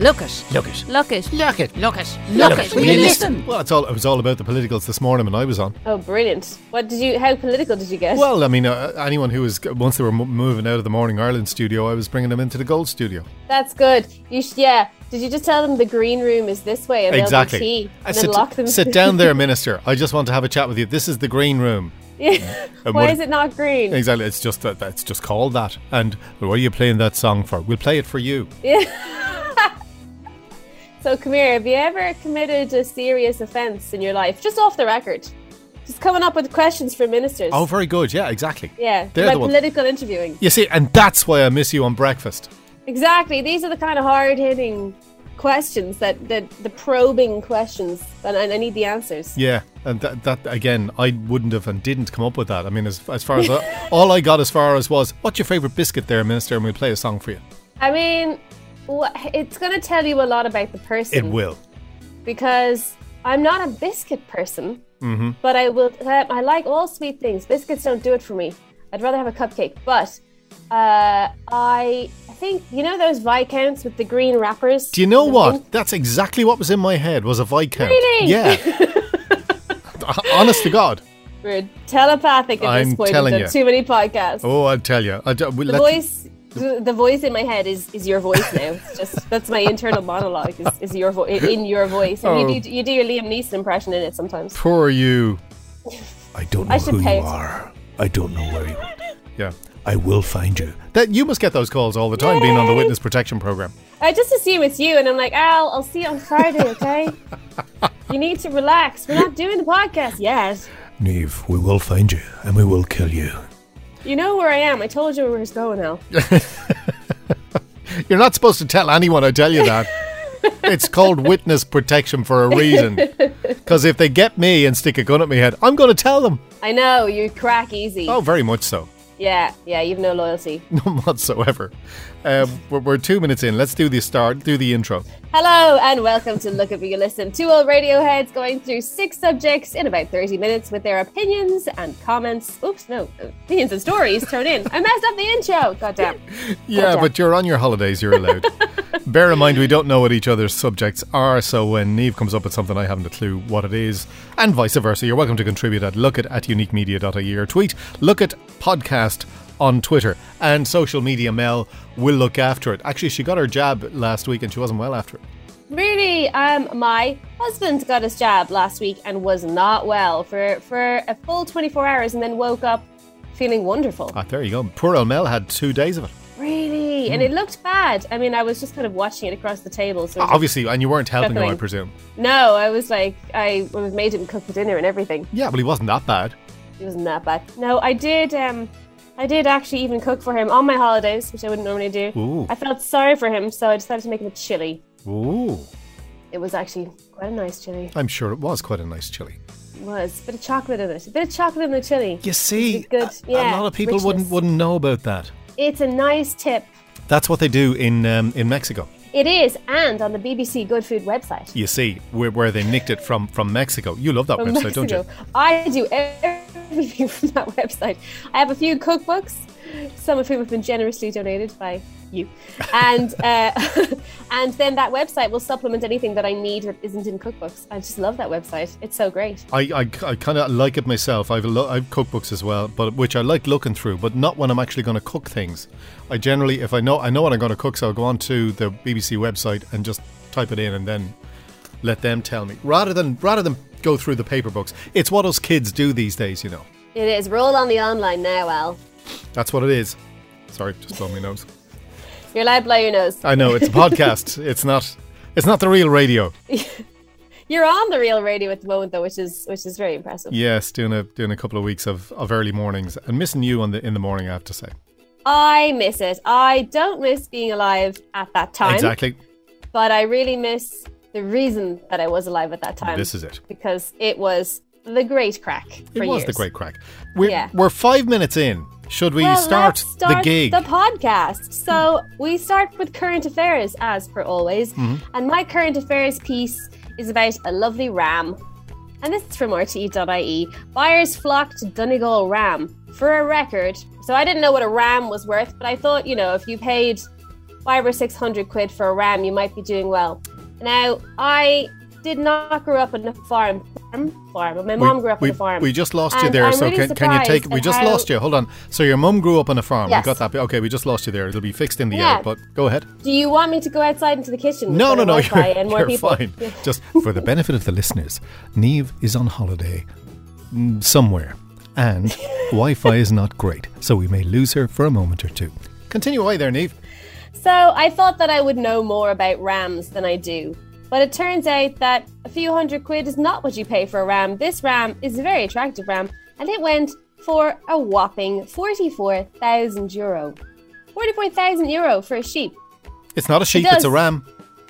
Lucas. Lucas. Lucas. Lucas. Lucas. Lucas, Lucas. will you listen? Well, it's all, it was all about the politicals this morning when I was on. Oh, brilliant! What did you? How political did you get? Well, I mean, uh, anyone who was, once they were m- moving out of the Morning Ireland studio, I was bringing them into the Gold studio. That's good. You sh- yeah. Did you just tell them the green room is this way and exactly. they'll be tea I and sit, then lock them? sit down there, Minister. I just want to have a chat with you. This is the green room. yeah. And Why what- is it not green? Exactly. It's just that. That's just called that. And what are you playing that song for? We'll play it for you. So come here. Have you ever committed a serious offence in your life, just off the record? Just coming up with questions for ministers. Oh, very good. Yeah, exactly. yeah, They're about the ones. political interviewing. you see, and that's why I miss you on breakfast. Exactly. These are the kind of hard hitting questions that, that the probing questions, and I, I need the answers. Yeah, and that, that again, I wouldn't have and didn't come up with that. I mean, as, as far as I, all I got as far as was, what's your favorite biscuit, there, Minister? And we'll play a song for you. I mean, wha- it's going to tell you a lot about the It person. will. Because I'm not a biscuit person, Mm-hmm. but I will. I like all sweet things. Biscuits don't do it for me. I'd rather have a cupcake. But uh, I I think you know those viscounts with the green wrappers. Do you know The pink- what? That's exactly what was in my head. Was a viscount. Really? Yeah. Honest to God. We're telepathic at I'm this point. telling We've done you. too many podcasts. Oh, I'll tell you. I, don't- the let's- voice the, the voice in my head is is your voice now it's just that's my internal monologue is, is your voice in your voice and Oh. you, do, you do your liam neeson impression in it sometimes Poor you. I don't know I should who pay you it. are. I don't know where you are. Yeah. I will find you. That you must get those calls all the time, being on the Yay. witness protection program. i just assume it's you and i'm like al i'll see you on friday okay you need to relax we're not doing the podcast yet Neve, we will find you and we will kill you. you know where i am i told you where it was going al You're not supposed to tell anyone. I tell you that. it's called witness protection for a reason. Because if they get me and stick a gun at my head, I'm going to tell them. i know you crack easy Oh, very much so. yeah yeah you've no loyalty None whatsoever. Uh, we're, we're two minutes in. Let's do the start. Do the intro. Hello and welcome to Look Up You Listen. Two old Radioheads going through six subjects in about 30 minutes with their opinions and comments. Oops, no, opinions and stories thrown in. I messed up the intro. Goddamn. Yeah, Gotcha. but you're on your holidays. You're allowed. Bear in mind, we don't know what each other's subjects are, so when Neve comes up with something, I haven't a clue what it is, and vice versa. You're welcome to contribute at lookit at uniquemedia.ie E or tweet lookit podcast on Twitter. And social media Mel will look after it. Actually, she got her jab last week and she wasn't well after it. Really, um, my husband got his jab last week and was not well for, for a full 24 hours and then woke up feeling wonderful. Ah, there you go. Poor old Mel had two days of it. Really? And it looked bad. I mean, I was just kind of watching it across the table. So it was- Obviously, and you weren't helping him, I Definitely. presume. no, I was like, I made him cook the dinner and everything. Yeah, but he wasn't that bad. It wasn't that bad. No, I did. Um, I did actually even cook for him on my holidays, which I wouldn't normally do. Ooh. I felt sorry for him, so I decided to make him a chili. Ooh. It was actually quite a nice chili. I'm sure it was quite a nice chili. It was a bit of chocolate in it. A bit of chocolate in the chili. You see, Good, a- a yeah, lot of people wouldn't richness. wouldn't know about that. It's a nice tip. That's what they do in um, in Mexico. It is, and on the BBC Good Food website. You see, where, where they nicked it from from Mexico. You love that From website, don't you? Mexico. I do everything from that website. I have a few cookbooks, some of whom have been generously donated by you, and uh, and then that website will supplement anything that I need that isn't in cookbooks. I just love that website. It's so great. I, I, I kind of like it myself. I've lo- I've cookbooks as well, but which I like looking through, but not when I'm actually going to cook things. I generally, if I know I know what I'm going to cook, so I'll go on to the BBC website and just type it in, and then let them tell me rather than rather than go through the paper books. It's what us kids do these days, you know. It is. Roll on the online now, Al. That's what it is. Sorry, just blow my nose. You're allowed to blow your nose. I know it's a podcast. it's not. It's not the real radio. You're on the real radio at the moment, though, which is which is very impressive. Yes, doing a doing a couple of weeks of, of early mornings and missing you on the in the morning. I have to say. I miss it. I don't miss being alive at that time, Exactly. but I really miss the reason that I was alive at that time. This is it. because it was the great crack. For It was years. the great crack. We're Yeah. we're five minutes in. Should we Well, start, let's start the gig? the podcast. So we start with current affairs, as per always, Mm-hmm. and my current affairs piece is about a lovely ram, and this is from E RTE.ie. Buyers flock to Donegal ram for a record. So I didn't know what a ram was worth, but I thought, you know, if you paid five or six hundred quid for a ram, you might be doing well. Now, I did not grow up on a farm. Farm? farm. but My We- mom grew up we, on a farm. We just lost you And there, I'm so really can, can you take? surprised We at just how- lost you. Hold on. So your mum grew up on a farm. Yes. We got that. bit. Okay, we just lost you there. It'll be fixed in the Yeah. edit. But go ahead. Do you want me to go outside into the kitchen? with No, no, better no. You're, Wi-Fi and more you're people? fine. Just for the benefit of the listeners, Neve is on holiday mm, somewhere, and Wi-Fi is not great, so we may lose her for a moment or two. Continue away there, Neve. So I thought that I would know more about rams than I do. But it turns out that a few hundred quid is not what you pay for a ram. This ram is a very attractive ram, and it went for a whopping 44,000 euro. 44,000 euro for a sheep. It's not a sheep. it's does. a ram.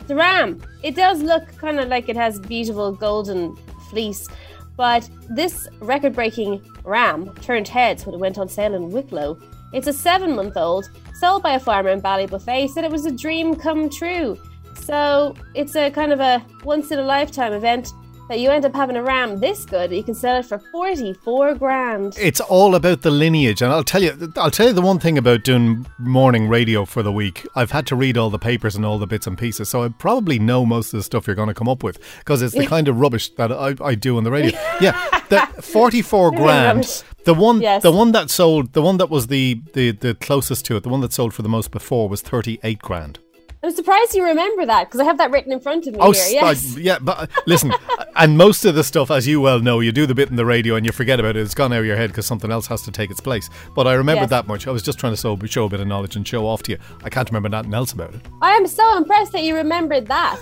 The ram. It does look kind of like it has beautiful golden fleece, but this record breaking ram turned heads when it went on sale in Wicklow. It's a seven month old, sold by a farmer in Ballybuffet, said it was a dream come true. So it's a kind of a once in a lifetime event that you end up having a ram this good that you can sell it for 44 grand. It's all about the lineage, and I'll tell you, I'll tell you the one thing about doing morning radio for the week. I've had to read all the papers and all the bits and pieces, so I probably know most of the stuff you're going to come up with because it's the kind of rubbish that I, I do on the radio. Yeah, that forty-four grand. rubbish. The one, Yes. the one that sold, the one that was the, the the closest to it, the one that sold for the most before was thirty-eight grand. I'm surprised you remember that because I have that written in front of me Oh, here. s- Yes. uh, yeah, but uh, listen, uh, and most of the stuff, as you well know, you do the bit in the radio and you forget about it. It's gone out of your head because something else has to take its place. But I remembered Yes. that much. I was just trying to show, show a bit of knowledge and show off to you. I can't remember nothing else about it. I am so impressed that you remembered that.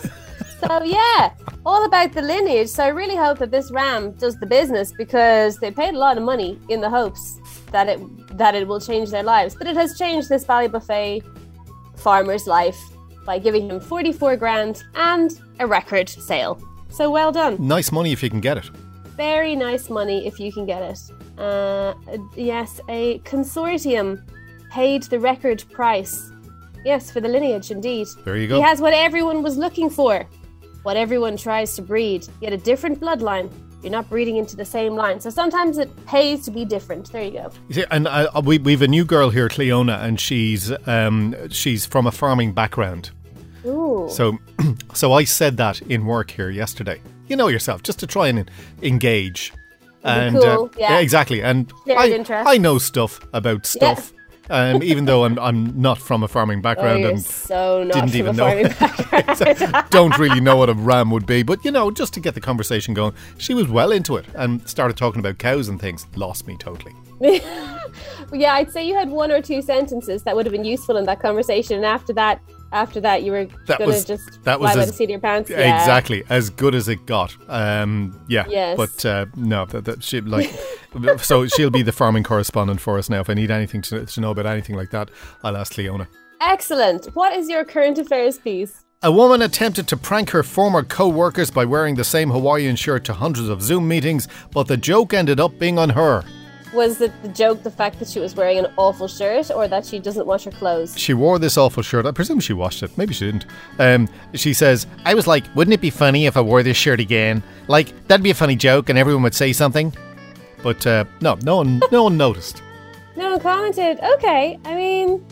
so yeah, all about the lineage. So I really hope that this ram does the business because they paid a lot of money in the hopes that it that it will change their lives. But it has changed this Valley Buffet farmer's life by giving him 44 grand and a record sale. So well done. Nice money if you can get it. Very nice money if you can get it. Uh, yes, a consortium paid the record price. Yes, for the lineage, indeed. There you go. He has what everyone was looking for, what everyone tries to breed, yet a different bloodline. You're not breeding into the same line. So sometimes it pays to be different. There you go. You see, and I, I- we, we've a new girl here, Cleona, and she's um, she's from a farming background. Ooh. So, so I said that in work here yesterday. You know yourself, just to try and en- engage. And uh, cool, yeah. exactly. And Shared I, interest. I know stuff about stuff. Um, even though I'm I'm not from a farming Oh, background you're and so not didn't from even a know. farming background. don't really know what a ram would be, but you know, just to get the conversation going, she was well into it and started talking about cows and things. Lost me totally. yeah, I'd say you had one or two sentences that would have been useful in that conversation, and after that, after that, you were That gonna was- just that was fly by as- the seat of your pants. Yeah. Exactly, as good as it got. Um, yeah. Yes. But uh, no, that, that she like. so she'll be the farming correspondent for us now. If I need anything to, to know about anything like that, I'll ask Leona. Excellent. What is your current affairs piece? A woman attempted to prank her former co workers by wearing the same Hawaiian shirt to hundreds of Zoom meetings, but the joke ended up being on her. Was it the joke the fact that she was wearing an awful shirt, or that she doesn't wash her clothes? She wore this awful shirt. I presume she washed it. Maybe she didn't. Um, she says, I was like, wouldn't it be funny if I wore this shirt again? Like, that'd be a funny joke and everyone would say something. But uh, no, no one, no one noticed. No one commented. Okay, I mean,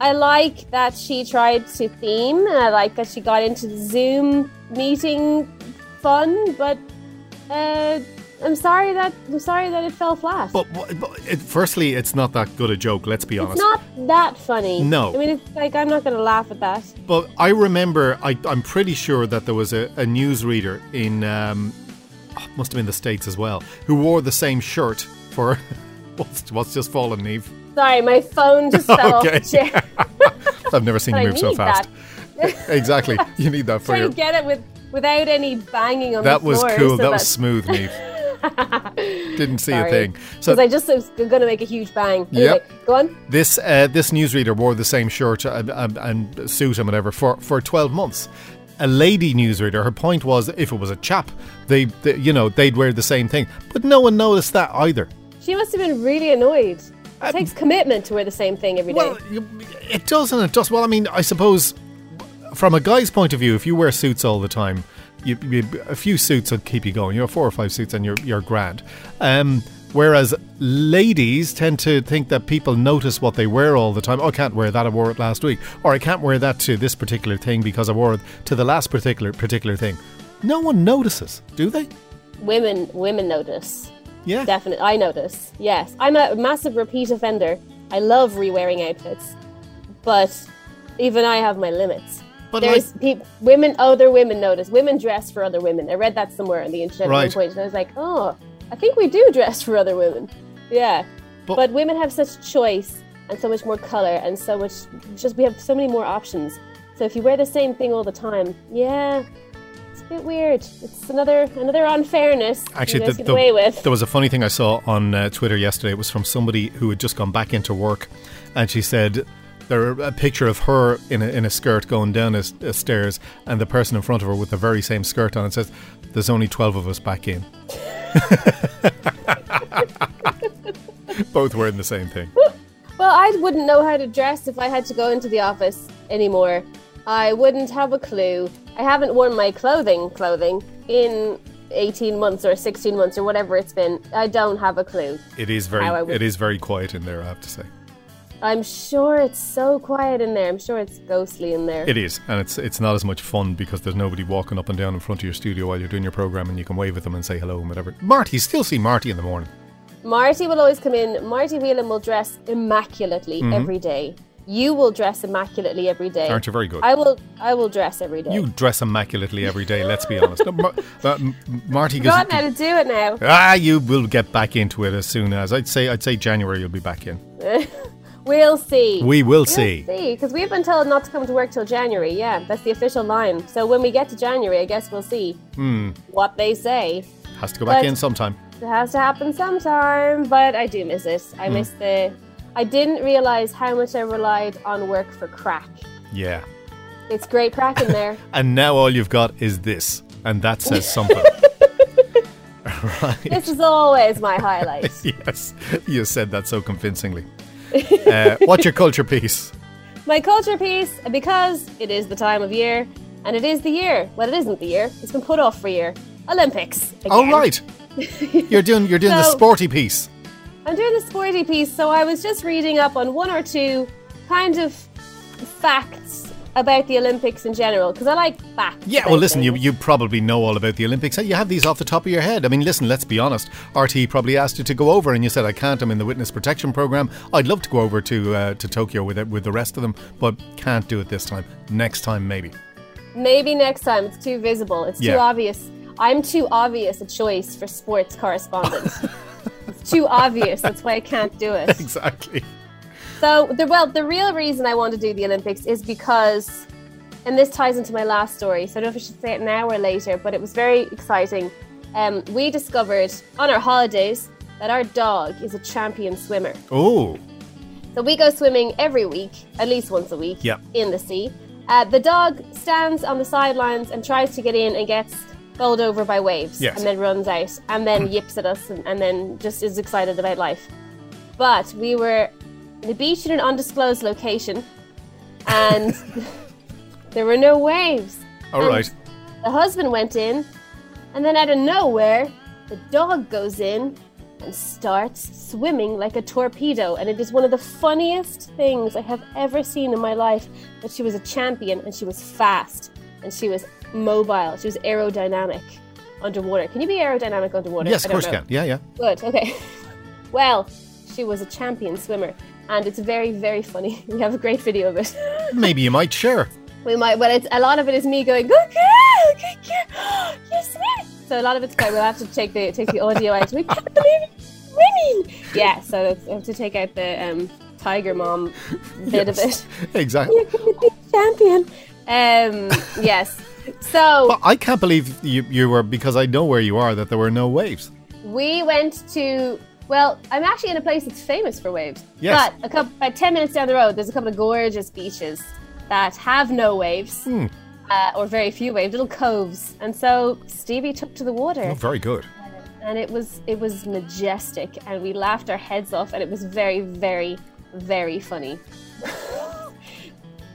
I like that she tried to theme, and I like that she got into the Zoom meeting fun, but uh, I'm sorry that I'm sorry that it fell flat. But, wha- but it, firstly, it's not that good a joke, let's be it's honest. not that funny. No. I mean, it's like I'm not gonna laugh at that. But I remember, I, I'm pretty sure that there was a, a newsreader in, um, oh, must have been the States as well, who wore the same shirt for what's, what's just fallen, Neve. Sorry, my phone just fell Okay. off the chair. I've never seen you I move so need fast. exactly. You need that for Trying your. to get it with without any banging on That the was floor. cool. so That was that's- smooth, Neve. Didn't see a Sorry. thing. Because So I just was going to make a huge bang. Anyway, Yep. go on. this uh, this newsreader wore the same shirt and, and, and suit and whatever for, for twelve months. A lady newsreader. Her point was, if it was a chap, they, they you know they'd wear the same thing, but no one noticed that either. She must have been really annoyed. It takes commitment to wear the same thing every day. Well, you- it does and it does. Well, I mean, I suppose from a guy's point of view, if you wear suits all the time, you, you, a few suits will keep you going. You know, four or five suits, and you're you're grand. Um, Whereas ladies tend to think that people notice what they wear all the time. Oh, I can't wear that. I wore it last week, or I can't wear that to this particular thing because I wore it to the last particular particular thing. No one notices, do they? Women, women notice. Yeah. Definitely, I notice. Yes, I'm a massive repeat offender. I love rewearing outfits, but even I have my limits. But There's peop women, other women notice. Women dress for other women. I read that somewhere on the internet Right. at one point, and I was like, oh, I think we do dress for other women. Yeah, But- but, women have such choice and so much more color and so much. Just we have so many more options. So if you wear the same thing all the time, yeah. It's a bit weird. It's another another unfairness Actually, you guys the- get the- away with. there was a funny thing I saw on uh, Twitter yesterday. It was from somebody who had just gone back into work, and she said there a picture of her in a, in a skirt going down a, s- a stairs, and the person in front of her with the very same skirt on. It says, "There's only twelve of us back in." Both wearing the same thing. Well, I wouldn't know how to dress if I had to go into the office anymore. I wouldn't have a clue. I haven't worn my clothing clothing in 18 months or 16 months or whatever it's been. I don't have a clue. It is How I very would- it is very quiet in there. I have to say, I'm sure it's so quiet in there. I'm sure it's ghostly in there. it is, and it's it's not as much fun because there's nobody walking up and down in front of your studio while you're doing your program, and you can wave at them and say hello and whatever. Marty, still see Marty in the morning. Marty will always come in. Marty Whelan will dress immaculately every day. You will dress immaculately every day. Mm-hmm. Aren't you very good? I will I will dress every day. You dress immaculately every day. Let's be honest. No, Mar- uh, M- Marty goes. God, how to do it now. Ah, you will get back into it as soon as I'd say. I'd say January you'll be back in. We'll see. We will See, see. because we've been told not to come to work till January. Yeah, that's the official line. So when we get to January, I guess we'll see Hmm. what they say. Has to go back But- in sometime. It has to happen sometime, but I do miss it. I miss the. I didn't realize how much I relied on work for crack. Yeah. It's great crack in there. And now all you've got is this, and that says something. right. this is always my highlight. Yes. You said that so convincingly. Uh, what's your culture piece? My culture piece, because it is the time of year, and it is the year. Well, it isn't the year. It's been put off for a year. Olympics. Oh again. right. You're doing. You're doing the So- sporty piece. I'm doing the sporty piece, so I was just reading up on one or two kind of facts about the Olympics in general because I like facts. Yeah, about well, listen, you, things. you probably know all about the Olympics. You have these off the top of your head. I mean, listen, let's be honest. RT probably asked you to go over, and you said, I can't. I'm in the witness protection program. I'd love to go over to uh, to Tokyo with it, with the rest of them, but can't do it this time. Next time, maybe. maybe next time it's too visible, it's too Yeah. obvious. I'm too obvious a choice for sports correspondent. it's too obvious. That's why I can't do it. Exactly. So, the, well, the real reason I want to do the Olympics is because, and this ties into my last story, so I don't know if I should say it now or later, but it was very exciting. Um, we discovered on our holidays that our dog is a champion swimmer. Oh, So we go swimming every week, at least once a week, Yep. in the sea. Uh, the dog stands on the sidelines and tries to get in and gets bowled over by waves Yes. and then runs out and then yips at us and, and then just is excited about life. But we were on the beach in an undisclosed location and there were no waves. all And right. The husband went in, and then out of nowhere, the dog goes in and starts swimming like a torpedo. And it is one of the funniest things I have ever seen in my life. But she was a champion, and she was fast, and she was mobile, she was aerodynamic underwater. Can you be aerodynamic underwater? Yes, I of don't course you know. can. Yeah, yeah. Good. Okay. well, she was a champion swimmer, and it's very, very funny. We have a great video of it. Maybe you might share. We might, but it's a lot of it is me going, "Good girl, good girl, you swim." So a lot of it's going. We'll have to take the take the audio out. We can't believe it, winning. Yeah, so that's, I have to take out the um, tiger mom bit of it. Exactly. You're gonna be champion. Um, yes. So But I can't believe you, you were, because I know where you are, that there were no waves. we went to. Well, I'm actually in a place that's famous for waves. Yes. But a couple, about ten minutes down the road, there's a couple of gorgeous beaches that have no waves. Hmm. Uh, or very few waves, little coves, and so Stevie took to the water, Oh, very good. and it was it was majestic, and we laughed our heads off, and it was very, very, very funny.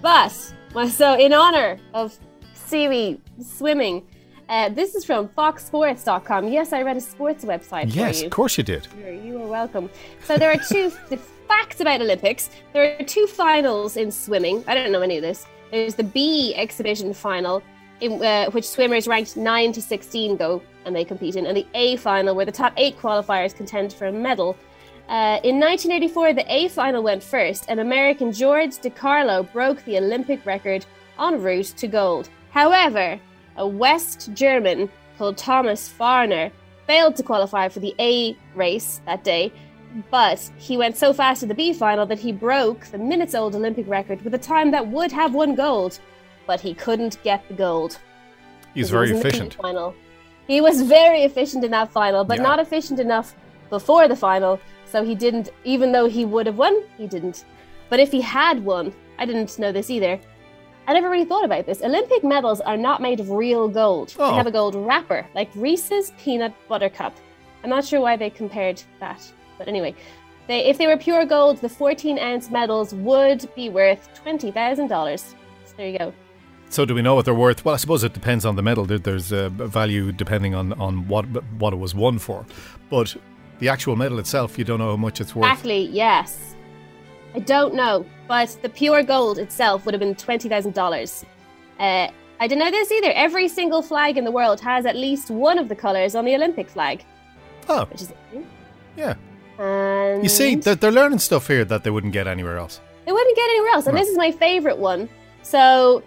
but my- so in honor of Stevie swimming, Uh, this is from foxsports.com. Yes, I read a sports website Yes, for you. of course you did. Sure, You are welcome. So there are two the facts about Olympics. There are two finals in swimming. I don't know any of this. There's the B exhibition final, in uh, which swimmers ranked nine to sixteen go and they compete in, and the A final, where the top eight qualifiers contend for a medal. Uh, in 1984, the A final went first, and American George DiCarlo broke the Olympic record en route to gold. However, a West German called Thomas Farner failed to qualify for the A race that day, but he went so fast at the B final that he broke the minutes old Olympic record with a time that would have won gold, but he couldn't get the gold. He's because very he was in the B efficient. Final. He was very efficient in that final, but Yeah. not efficient enough before the final, so he didn't, even though he would have won, he didn't. But if he had won, I didn't know this either. I never really thought about this. Olympic medals are not made of real gold. Oh. They have a gold wrapper, like Reese's peanut butter cup. I'm not sure why they compared that, but anyway, they if they were pure gold, the 14 ounce medals would be worth twenty thousand dollars. So there you go. So do we know what they're worth? Well, I suppose it depends on the medal. There- There's a value depending on, on what what it was won for. But the actual medal itself, you don't know how much it's worth. Exactly. Yes. I don't know, but the pure gold itself would have been twenty thousand uh, dollars. Uh, I didn't know this either. Every single flag in the world has at least one of the colors on the Olympic flag, Oh, which is. yeah. And You see, they're, they're learning stuff here that they wouldn't get anywhere else. They wouldn't get anywhere else. And No. this is my favorite one. So,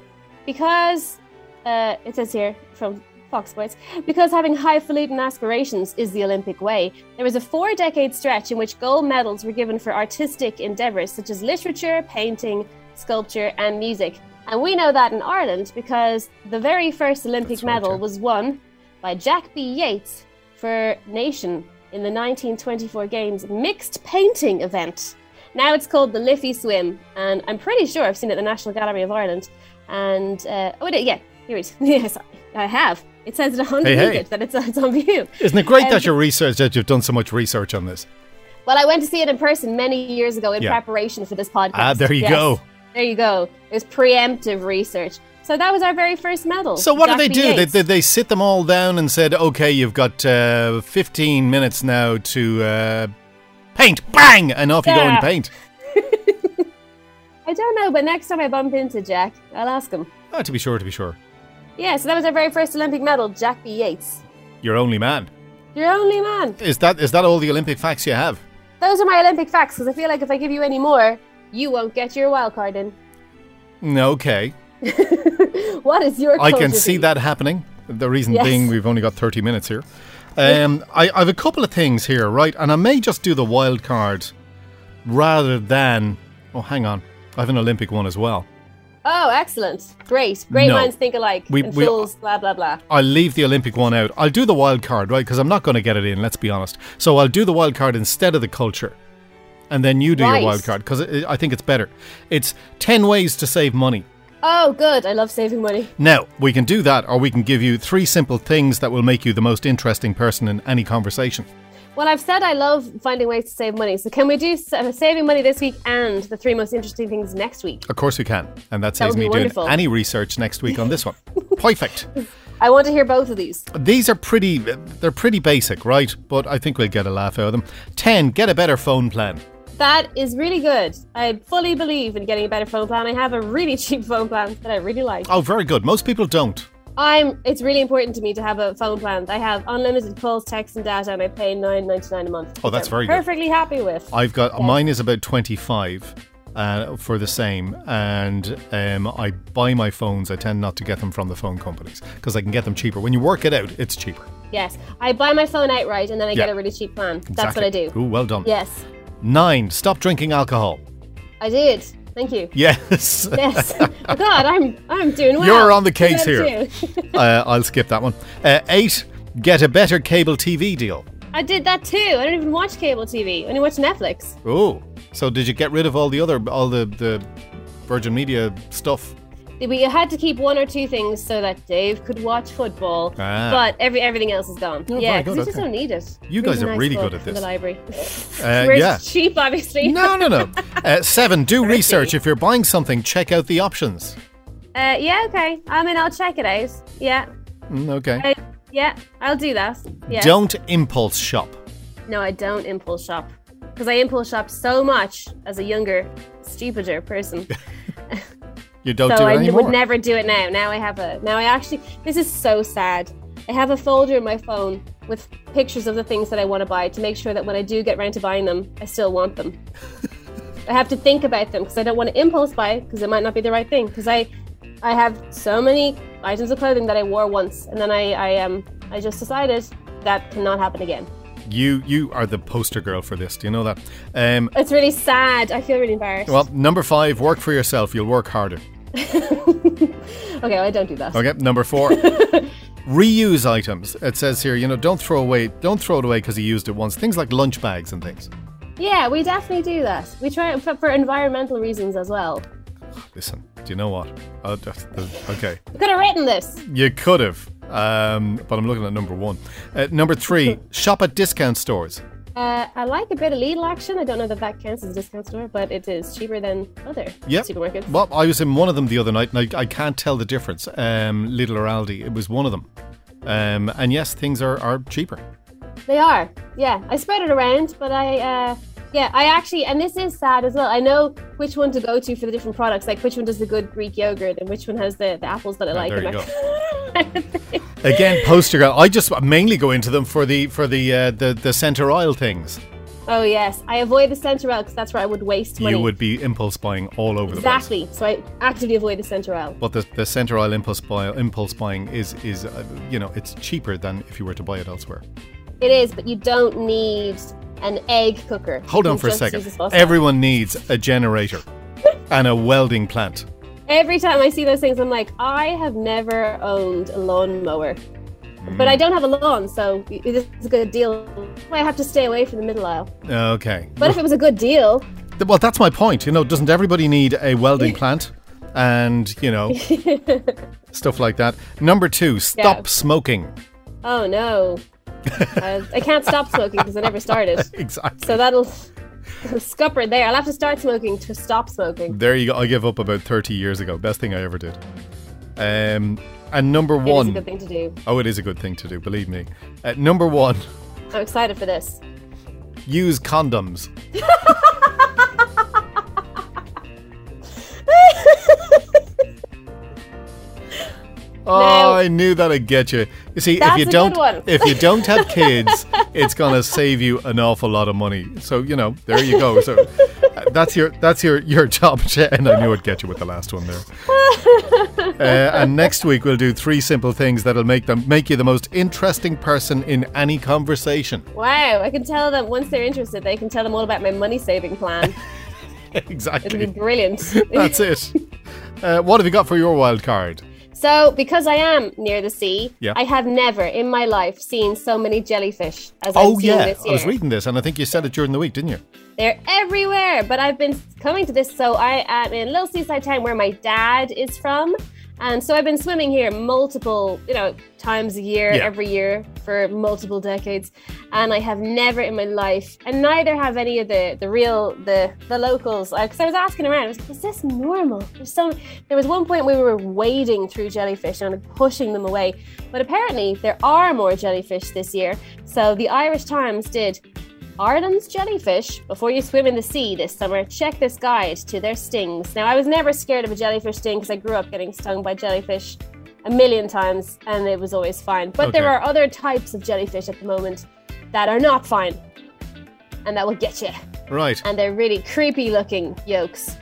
because uh, it says here from Fox Sports, because having highfalutin aspirations is the Olympic way, there was a four decade stretch in which gold medals were given for artistic endeavors such as literature, painting, sculpture, and music. And we know that in Ireland because the very first Olympic That's right, medal yeah. was won by Jack B. Yates for Nation in the 1924 Games mixed painting event. Now it's called the Liffey Swim, and I'm pretty sure I've seen it at the National Gallery of Ireland. And uh, oh, it, yeah, here it is. yes, I have. It says it 100 Hey, hey. that it's, it's on view. Isn't it great Um, that your research that you've done so much research on this? Well, I went to see it in person many years ago in Yeah. preparation for this podcast. Ah, there you Yes. go. There you go. It was preemptive research. So that was our very first medal. So what do they Jack B. do? They, Yates. they, they sit them all down and said, "Okay, you've got uh, 15 minutes now to uh, paint." Bang! And off you go and Yeah. paint. I don't know, but next time I bump into Jack, I'll ask him. Ah, to be sure, to be sure. Yeah, so that was our very first Olympic medal, Jack B. Yates. Your only man. Your only man. Is that is that all the Olympic facts you have? Those are my Olympic facts because I feel like if I give you any more, you won't get your wild card in. Mm, Okay. What is your? I can culture see beat? that happening. The reason Yes. being, we've only got 30 minutes here. Um, I, I have a couple of things here, right? And I may just do the wild card rather than. Oh, hang on. I have an Olympic one as well. Oh, excellent! Great, great No. minds think alike. We- and we- fools, blah blah blah. I'll leave the Olympic one out. I'll do the wild card, right? Because I'm not going to get it in, let's be honest. So I'll do the wild card instead of the culture. And then you do Right. your wild card because I think it's better. It's 10 ways to save money. Oh, good. I love saving money. Now, we can do that, or we can give you three simple things that will make you the most interesting person in any conversation. Well, I've said I love finding ways to save money. So can we do s- uh, saving money this week and the three most interesting things next week? Of course, we can. And that That saves would me be doing wonderful. any research next week on this one. Perfect. I want to hear both of these. These are pretty, they're pretty basic, right? But I think we'll get a laugh out of them. 10, get a better phone plan. That is really good. I fully believe in getting a better phone plan. I have a really cheap phone plan that I really like. Oh, very good. Most people don't. I'm. It's really important to me to have a phone plan. I have unlimited calls, texts, and data, and I pay nine ninety nine a month. Oh, that's which I'm very good. perfectly happy with. I've got mine is about 25 uh, for the same, and um, I buy my phones. I tend not to get them from the phone companies because I can get them cheaper. When you work it out, it's cheaper. Yes, I buy my phone outright, and then I get Yeah. a really cheap plan. That's what I Exactly. do. Ooh, well done. Yes, Nine, stop drinking alcohol. I did. Thank you. Yes. Yes. oh, God, I'm I'm doing well. You're on the case Good here. too. uh, I'll skip that one. Uh, eight, get a better cable TV deal. I did that too. I don't even watch cable TV. I only watch Netflix. Oh, so did you get rid of all the other, all the, the Virgin Media stuff? We had to keep one or two things so that Dave could watch football, Ah. but every everything else is gone. Oh, yeah, very because good, we just okay. don't need it. You Read guys a are nice really book good at from this. The library. Uh, Where yeah. it's cheap, obviously. No, no, no. Uh, seven, do research. If you're buying something, check out the options. Uh, yeah, okay. I mean, I'll check it out. Yeah. Mm, Okay. Uh, yeah, I'll do that. Yeah. Don't impulse shop. No, I don't impulse shop because I impulse shop so much as a younger, stupider person. You don't so do it I anymore. would never do it now. Now I have a. Now I actually. This is so sad. I have a folder in my phone with pictures of the things that I want to buy to make sure that when I do get round to buying them, I still want them. I have to think about them because I don't want to impulse buy because it might not be the right thing. Because I, I have so many items of clothing that I wore once and then I, I um, I just decided that cannot happen again. you you are the poster girl for this. Do you know that? Um, It's really sad. I feel really embarrassed. well, number five, work for yourself. You'll work harder. okay, I don't do that. Okay, number four. reuse items. It says here, you know, don't throw away, don't throw it away because you used it once. Things like lunch bags and things. Yeah, we definitely do that. We try it for, for environmental reasons as well. Listen, do you know what? I'll just- okay, I could have written this. you could have, um, but I'm looking at number one. Uh, number three, shop at discount stores. Uh, I like a bit of Lidl action. I don't know that that counts as a discount store, but it is cheaper than other Yep. supermarkets. Well, I was in one of them the other night, and I, I can't tell the difference. Um, Lidl or Aldi, it was one of them. Um, and yes, things are, are cheaper. They are. Yeah, I spread it around, but I, uh, yeah, I actually, and this is sad as well. I know which one to go to for the different products, like which one does the good Greek yogurt and which one has the, the apples that I like. Oh, there and you that- Again, poster girl. I just mainly go into them for the for the uh, the the centre aisle things. oh yes, I avoid the central aisle because that's where I would waste money. You would be impulse buying all over the place. exactly. So I actively avoid the central aisle. But the, the centre aisle impulse buy, impulse buying is is uh, you know it's cheaper than if you were to buy it elsewhere. It is, but you don't need an egg cooker. Hold You on can for a just use second. a saucepan. Everyone needs a generator and a welding plant. Every time I see those things, I'm like, I have never owned a lawnmower. But I don't have a lawn, so i- this is a good deal. I have to stay away from the middle aisle. Okay. But if it was a good deal, Well, that's my point. You know, doesn't everybody need a welding plant and you know stuff like that? Number two, stop Yeah. smoking. oh no. I, I can't stop smoking because I never started. Exactly. So that'll scupper there. I'll have to start smoking to stop smoking. There you go. I gave up about 30 years ago. Best thing I ever did. Um, and number It is one. a good thing to do. oh, it is a good thing to do, believe me. Uh, number one, I'm excited for this. use condoms. Oh, Now- I knew that'd get you. You see, That's if you a good don't, one. if you don't have kids, it's gonna save you an awful lot of money. So you know, there you go. So uh, that's your that's your your top ten. I knew I'd get you with the last one there. Uh, and next week we'll do three simple things that'll make them make you the most interesting person in any conversation. Wow, I can tell them once they're interested, they can tell them all about my money saving plan. It'll be exactly. brilliant. That's it. Uh, what have you got for your wild card? So, because I am near the sea, Yeah. I have never in my life seen so many jellyfish as Oh I've seen yeah, this I year. was reading this, and I think you said it during the week, didn't you? They're everywhere, but I've been coming to this. So, I am in Little Seaside Town where my dad is from. And so I've been swimming here multiple, you know, times a year, Yeah. every year for multiple decades, and I have never in my life, and neither have any of the the real the the locals. Because I was asking around, I was, is this normal? There's so there was one point we were wading through jellyfish and pushing them away, but apparently there are more jellyfish this year. So the Irish Times did. Ireland's jellyfish. Before you swim in the sea this summer, check this guide to their stings. Now, I was never scared of a jellyfish sting because I grew up getting stung by jellyfish a million times and it was always fine. But there Okay. are other types of jellyfish at the moment that are not fine and that will get you. Right. And they're really creepy looking yolks.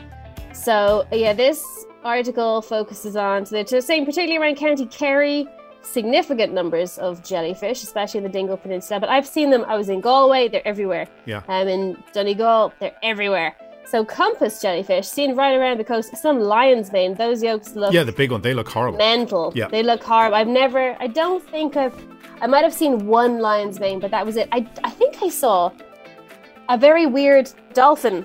So, yeah, this article focuses on, so they're saying particularly around County Kerry, significant numbers of jellyfish, especially in the Dingle Peninsula. But I've seen them, I was in Galway, they're everywhere. Yeah. I'm in Donegal, they're everywhere. So, compass jellyfish, seen right around the coast, some lion's mane, those yolks look Yeah, the big one. They look horrible. mental. Yeah. They look horrible. I've never, I don't think I've, I might have seen one lion's mane, but that was it. I, I think I saw a very weird dolphin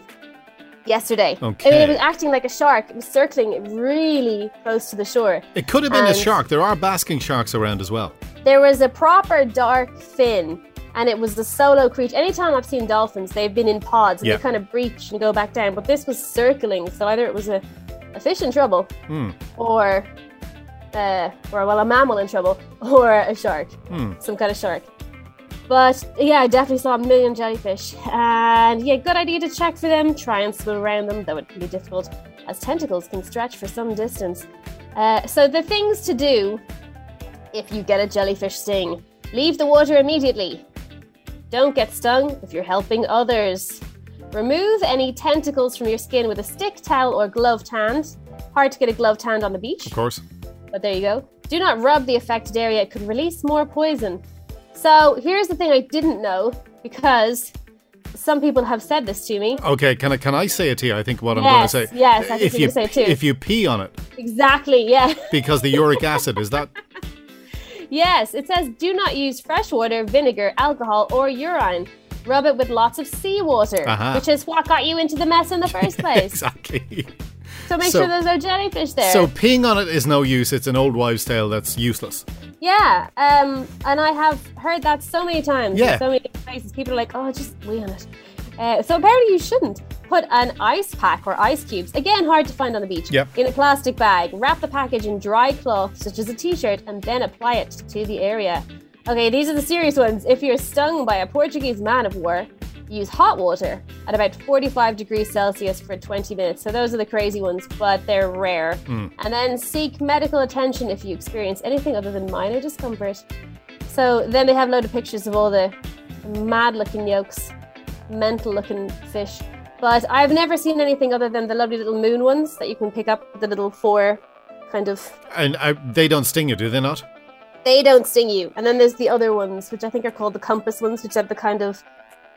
yesterday. I mean, Okay. it was acting like a shark. It was circling really close to the shore. It could have been a And- shark. There are basking sharks around as well. There was a proper dark fin. And it was the solo creature. Anytime I've seen dolphins, they've been in pods and Yeah. they kind of breach and go back down. But this was circling, so either it was a, a fish in trouble Hmm. or uh, or well, a mammal in trouble, or a shark, some kind of shark. But yeah, I definitely saw a million jellyfish, and yeah, good idea to check for them. Try and swim around them, though it can be difficult, as tentacles can stretch for some distance. Uh, so the things to do if you get a jellyfish sting: leave the water immediately. Don't get stung if you're helping others. Remove any tentacles from your skin with a stick, towel, or gloved hand. Hard to get a gloved hand on the beach, Of course. but there you go. Do not rub the affected area, it could release more poison. So here's the thing I didn't know because some people have said this to me. Okay, can I can I say it to you? I think what I'm Yes, going to say. yes, I think if you can say it too. If you pee on it Exactly, yeah. because the uric acid is that Yes, it says do not use fresh water, vinegar, alcohol, or urine. Rub it with lots of seawater, Uh-huh. which is what got you into the mess in the first place. exactly. So make So- sure there's no jellyfish there. So peeing on it is no use. It's an old wives' tale that's useless. Yeah, um, and I have heard that so many times. Yeah. in So many places. People are like, oh, just wee on it. Uh, so apparently you shouldn't. Put an ice pack or ice cubes, again, hard to find on the beach, Yep. in a plastic bag. Wrap the package in dry cloth, such as a t shirt, and then apply it to the area. Okay, these are the serious ones. If you're stung by a Portuguese man of war, use hot water at about 45 degrees Celsius for 20 minutes. So those are the crazy ones, but they're rare. And then seek medical attention if you experience anything other than minor discomfort. So then they have a load of pictures of all the mad looking yolks, mental looking fish. But I've never seen anything other than the lovely little moon ones that you can pick up, the little four kind of. And uh, they don't sting you, do they not? They don't sting you. And then there's the other ones, which I think are called the compass ones, which have the kind of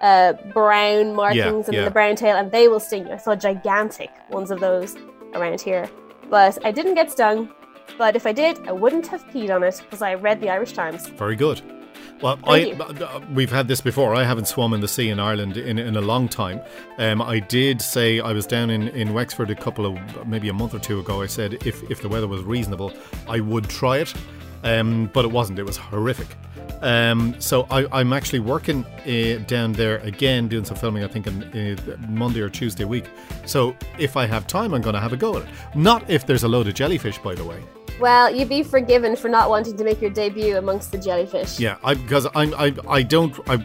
uh, brown markings and yeah. the brown tail, and they will sting you. I saw gigantic ones of those around here. But I didn't get stung. But if I did, I wouldn't have peed on it because I read the Irish Times. Very good. Well, I, Thank uh, we've had this before. I haven't swum in the sea in Ireland in, in a long time. Um, I did say I was down in, in Wexford a couple of maybe a month or two ago. I said if, if the weather was reasonable, I would try it, um, but it wasn't. It was horrific. Um, so I, I'm actually working uh, down there again, doing some filming. I think on uh, Monday or Tuesday week. So if I have time, I'm going to have a go at it. Not if there's a load of jellyfish, by the way. Well, you'd be forgiven for not wanting to make your debut amongst the jellyfish. Yeah, I, because I'm I, I don't I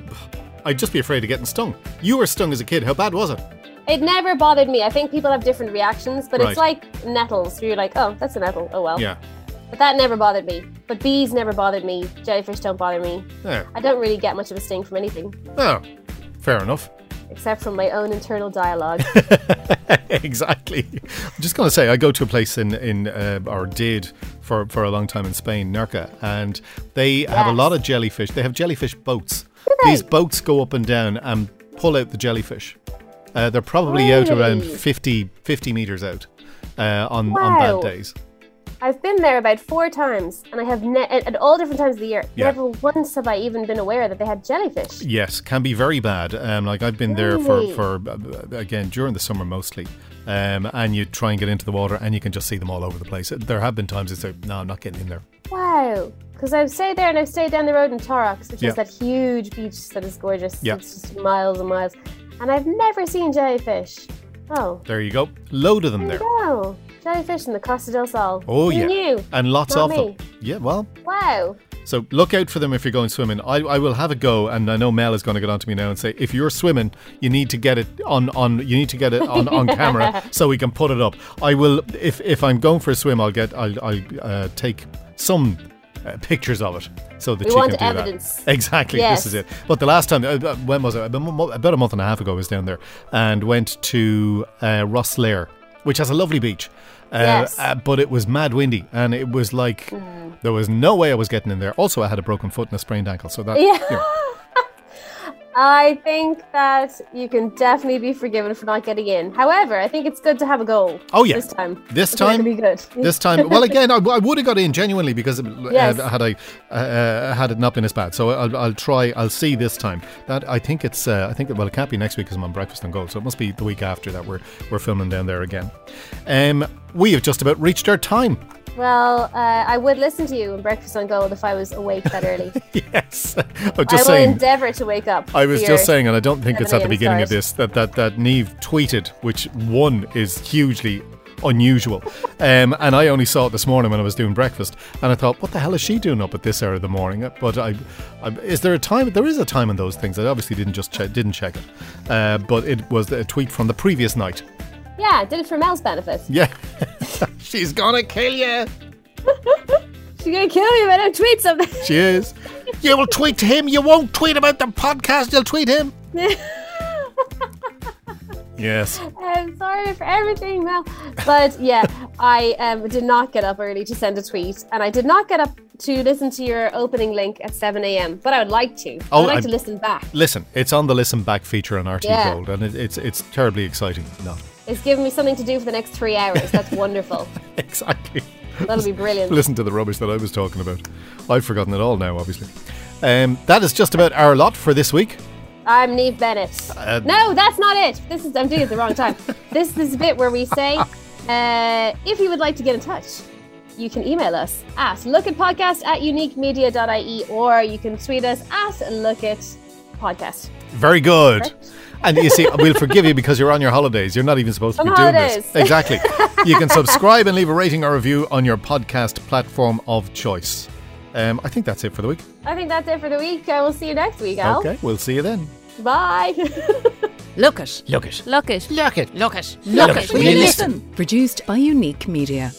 I'd just be afraid of getting stung. You were stung as a kid. How bad was it? It never bothered me. I think people have different reactions, but it's Right. like nettles. Where you're like, oh, that's a nettle. Oh well. Yeah. But that never bothered me. But bees never bothered me. Jellyfish don't bother me. Oh, I don't really get much of a sting from anything, oh fair enough. except from my own internal dialogue. exactly. I'm just going to say, I go to a place in in uh, or did for for a long time in Spain, Nerca, and they have a Yes. lot of jellyfish. They have jellyfish boats. they? These boats go up and down and pull out the jellyfish. Uh, they're probably out around Really? 50, 50 meters out uh, on on bad Wow. days. I've been there about four times, and I have ne- at, at all different times of the year. Yeah. Never once have I even been aware that they had jellyfish. Yes, can be very bad. Um, like I've been there for Really? for uh, again during the summer mostly. Um, and you try and get into the water, and you can just see them all over the place. There have been times it's like, no, I'm not getting in there. Wow. Because I've stayed there and I've stayed down the road in Torrox, which Yeah. is that huge beach that is gorgeous. Yeah. It's just miles and miles. And I've never seen jellyfish. Oh, There you go, load of them there. no. Jellyfish in the Costa del Sol. Oh Who yeah, Knew? and lots Not of them. me. Yeah, well, Wow. so look out for them if you're going swimming. I, I will have a go, and I know Mel is going to get onto me now and say, if you're swimming, you need to get it on on you need to get it on, on camera so we can put it up. I will if if I'm going for a swim, I'll get I'll, I'll uh, take some uh, pictures of it so that We you want can do evidence. that. Exactly, Yes. this is it. But the last time, uh, uh, when was it? About a mo- About a month and a half ago, I was down there and went to uh, Ross Lair, which has a lovely beach. Uh, Yes. uh, but it was mad windy, and it was like there was no way I was getting in there. Also, I had a broken foot and a sprained ankle, so that Yeah. you know, I think that you can definitely be forgiven for not getting in. However, I think it's good to have a goal. Oh, yeah. This time. This I think time- it'll be good. this time, well, again, I, I would have got in genuinely because uh, Yes. had I uh, had it not been as bad. So I'll, I'll try. I'll see this time. That I think it's. Uh, I think well, it can't be next week because I'm on breakfast and gold, so it must be the week after that we're we're filming down there again. Um, we have just about reached our time. Well, uh, I would listen to you in Breakfast on Gold if I was awake that early. Yes, I'm I will just saying. endeavour to wake up. I was just for your- saying, and I don't think it's at the 7 a.m. beginning of start. this that that that Neve tweeted, which one is hugely unusual. Um, and I only saw it this morning when I was doing breakfast, and I thought, what the hell is she doing up at this hour of the morning? But I, I is there a time? There is a time in those things. I obviously didn't just check, didn't check it, uh, but it was a tweet from the previous night. Yeah, did it for Mel's benefit. Yeah, she's gonna kill you. She's gonna kill me if I don't tweet something. She is. You will tweet him. You won't tweet about the podcast. You'll tweet him. yes. I'm sorry for everything, Mel. But yeah, I um, did not get up early to send a tweet, and I did not get up to listen to your opening link at 7 a.m. But I would like to. Oh, I'd like I- to listen back. Listen, it's on the listen back feature on RT Yeah. Gold, and it, it's it's terribly exciting. No, It's given me something to do for the next three hours. That's wonderful. exactly. That'll be brilliant. Listen to the rubbish that I was talking about. I've forgotten it all now, obviously. Um, that is just about our lot for this week. I'm Neve Bennett. Uh, no, that's not it. This is I'm doing it the wrong time. this is the bit where we say, Ah. uh, if you would like to get in touch, you can email us at lookatpodcast at uniquemedia.ie or you can tweet us at lookatpodcast. Very good. And you see, we'll forgive you because you're on your holidays. You're not even supposed to On be doing this. holidays. Exactly. You can subscribe and leave a rating or review on your podcast platform of choice. Um, I think that's it for the week. I think that's it for the week. I will see you next week, Al. Okay, we'll see you then. Bye. Look it. Look it. Look it. Look it. Look it. Look it. We listen. Produced by Unique Media.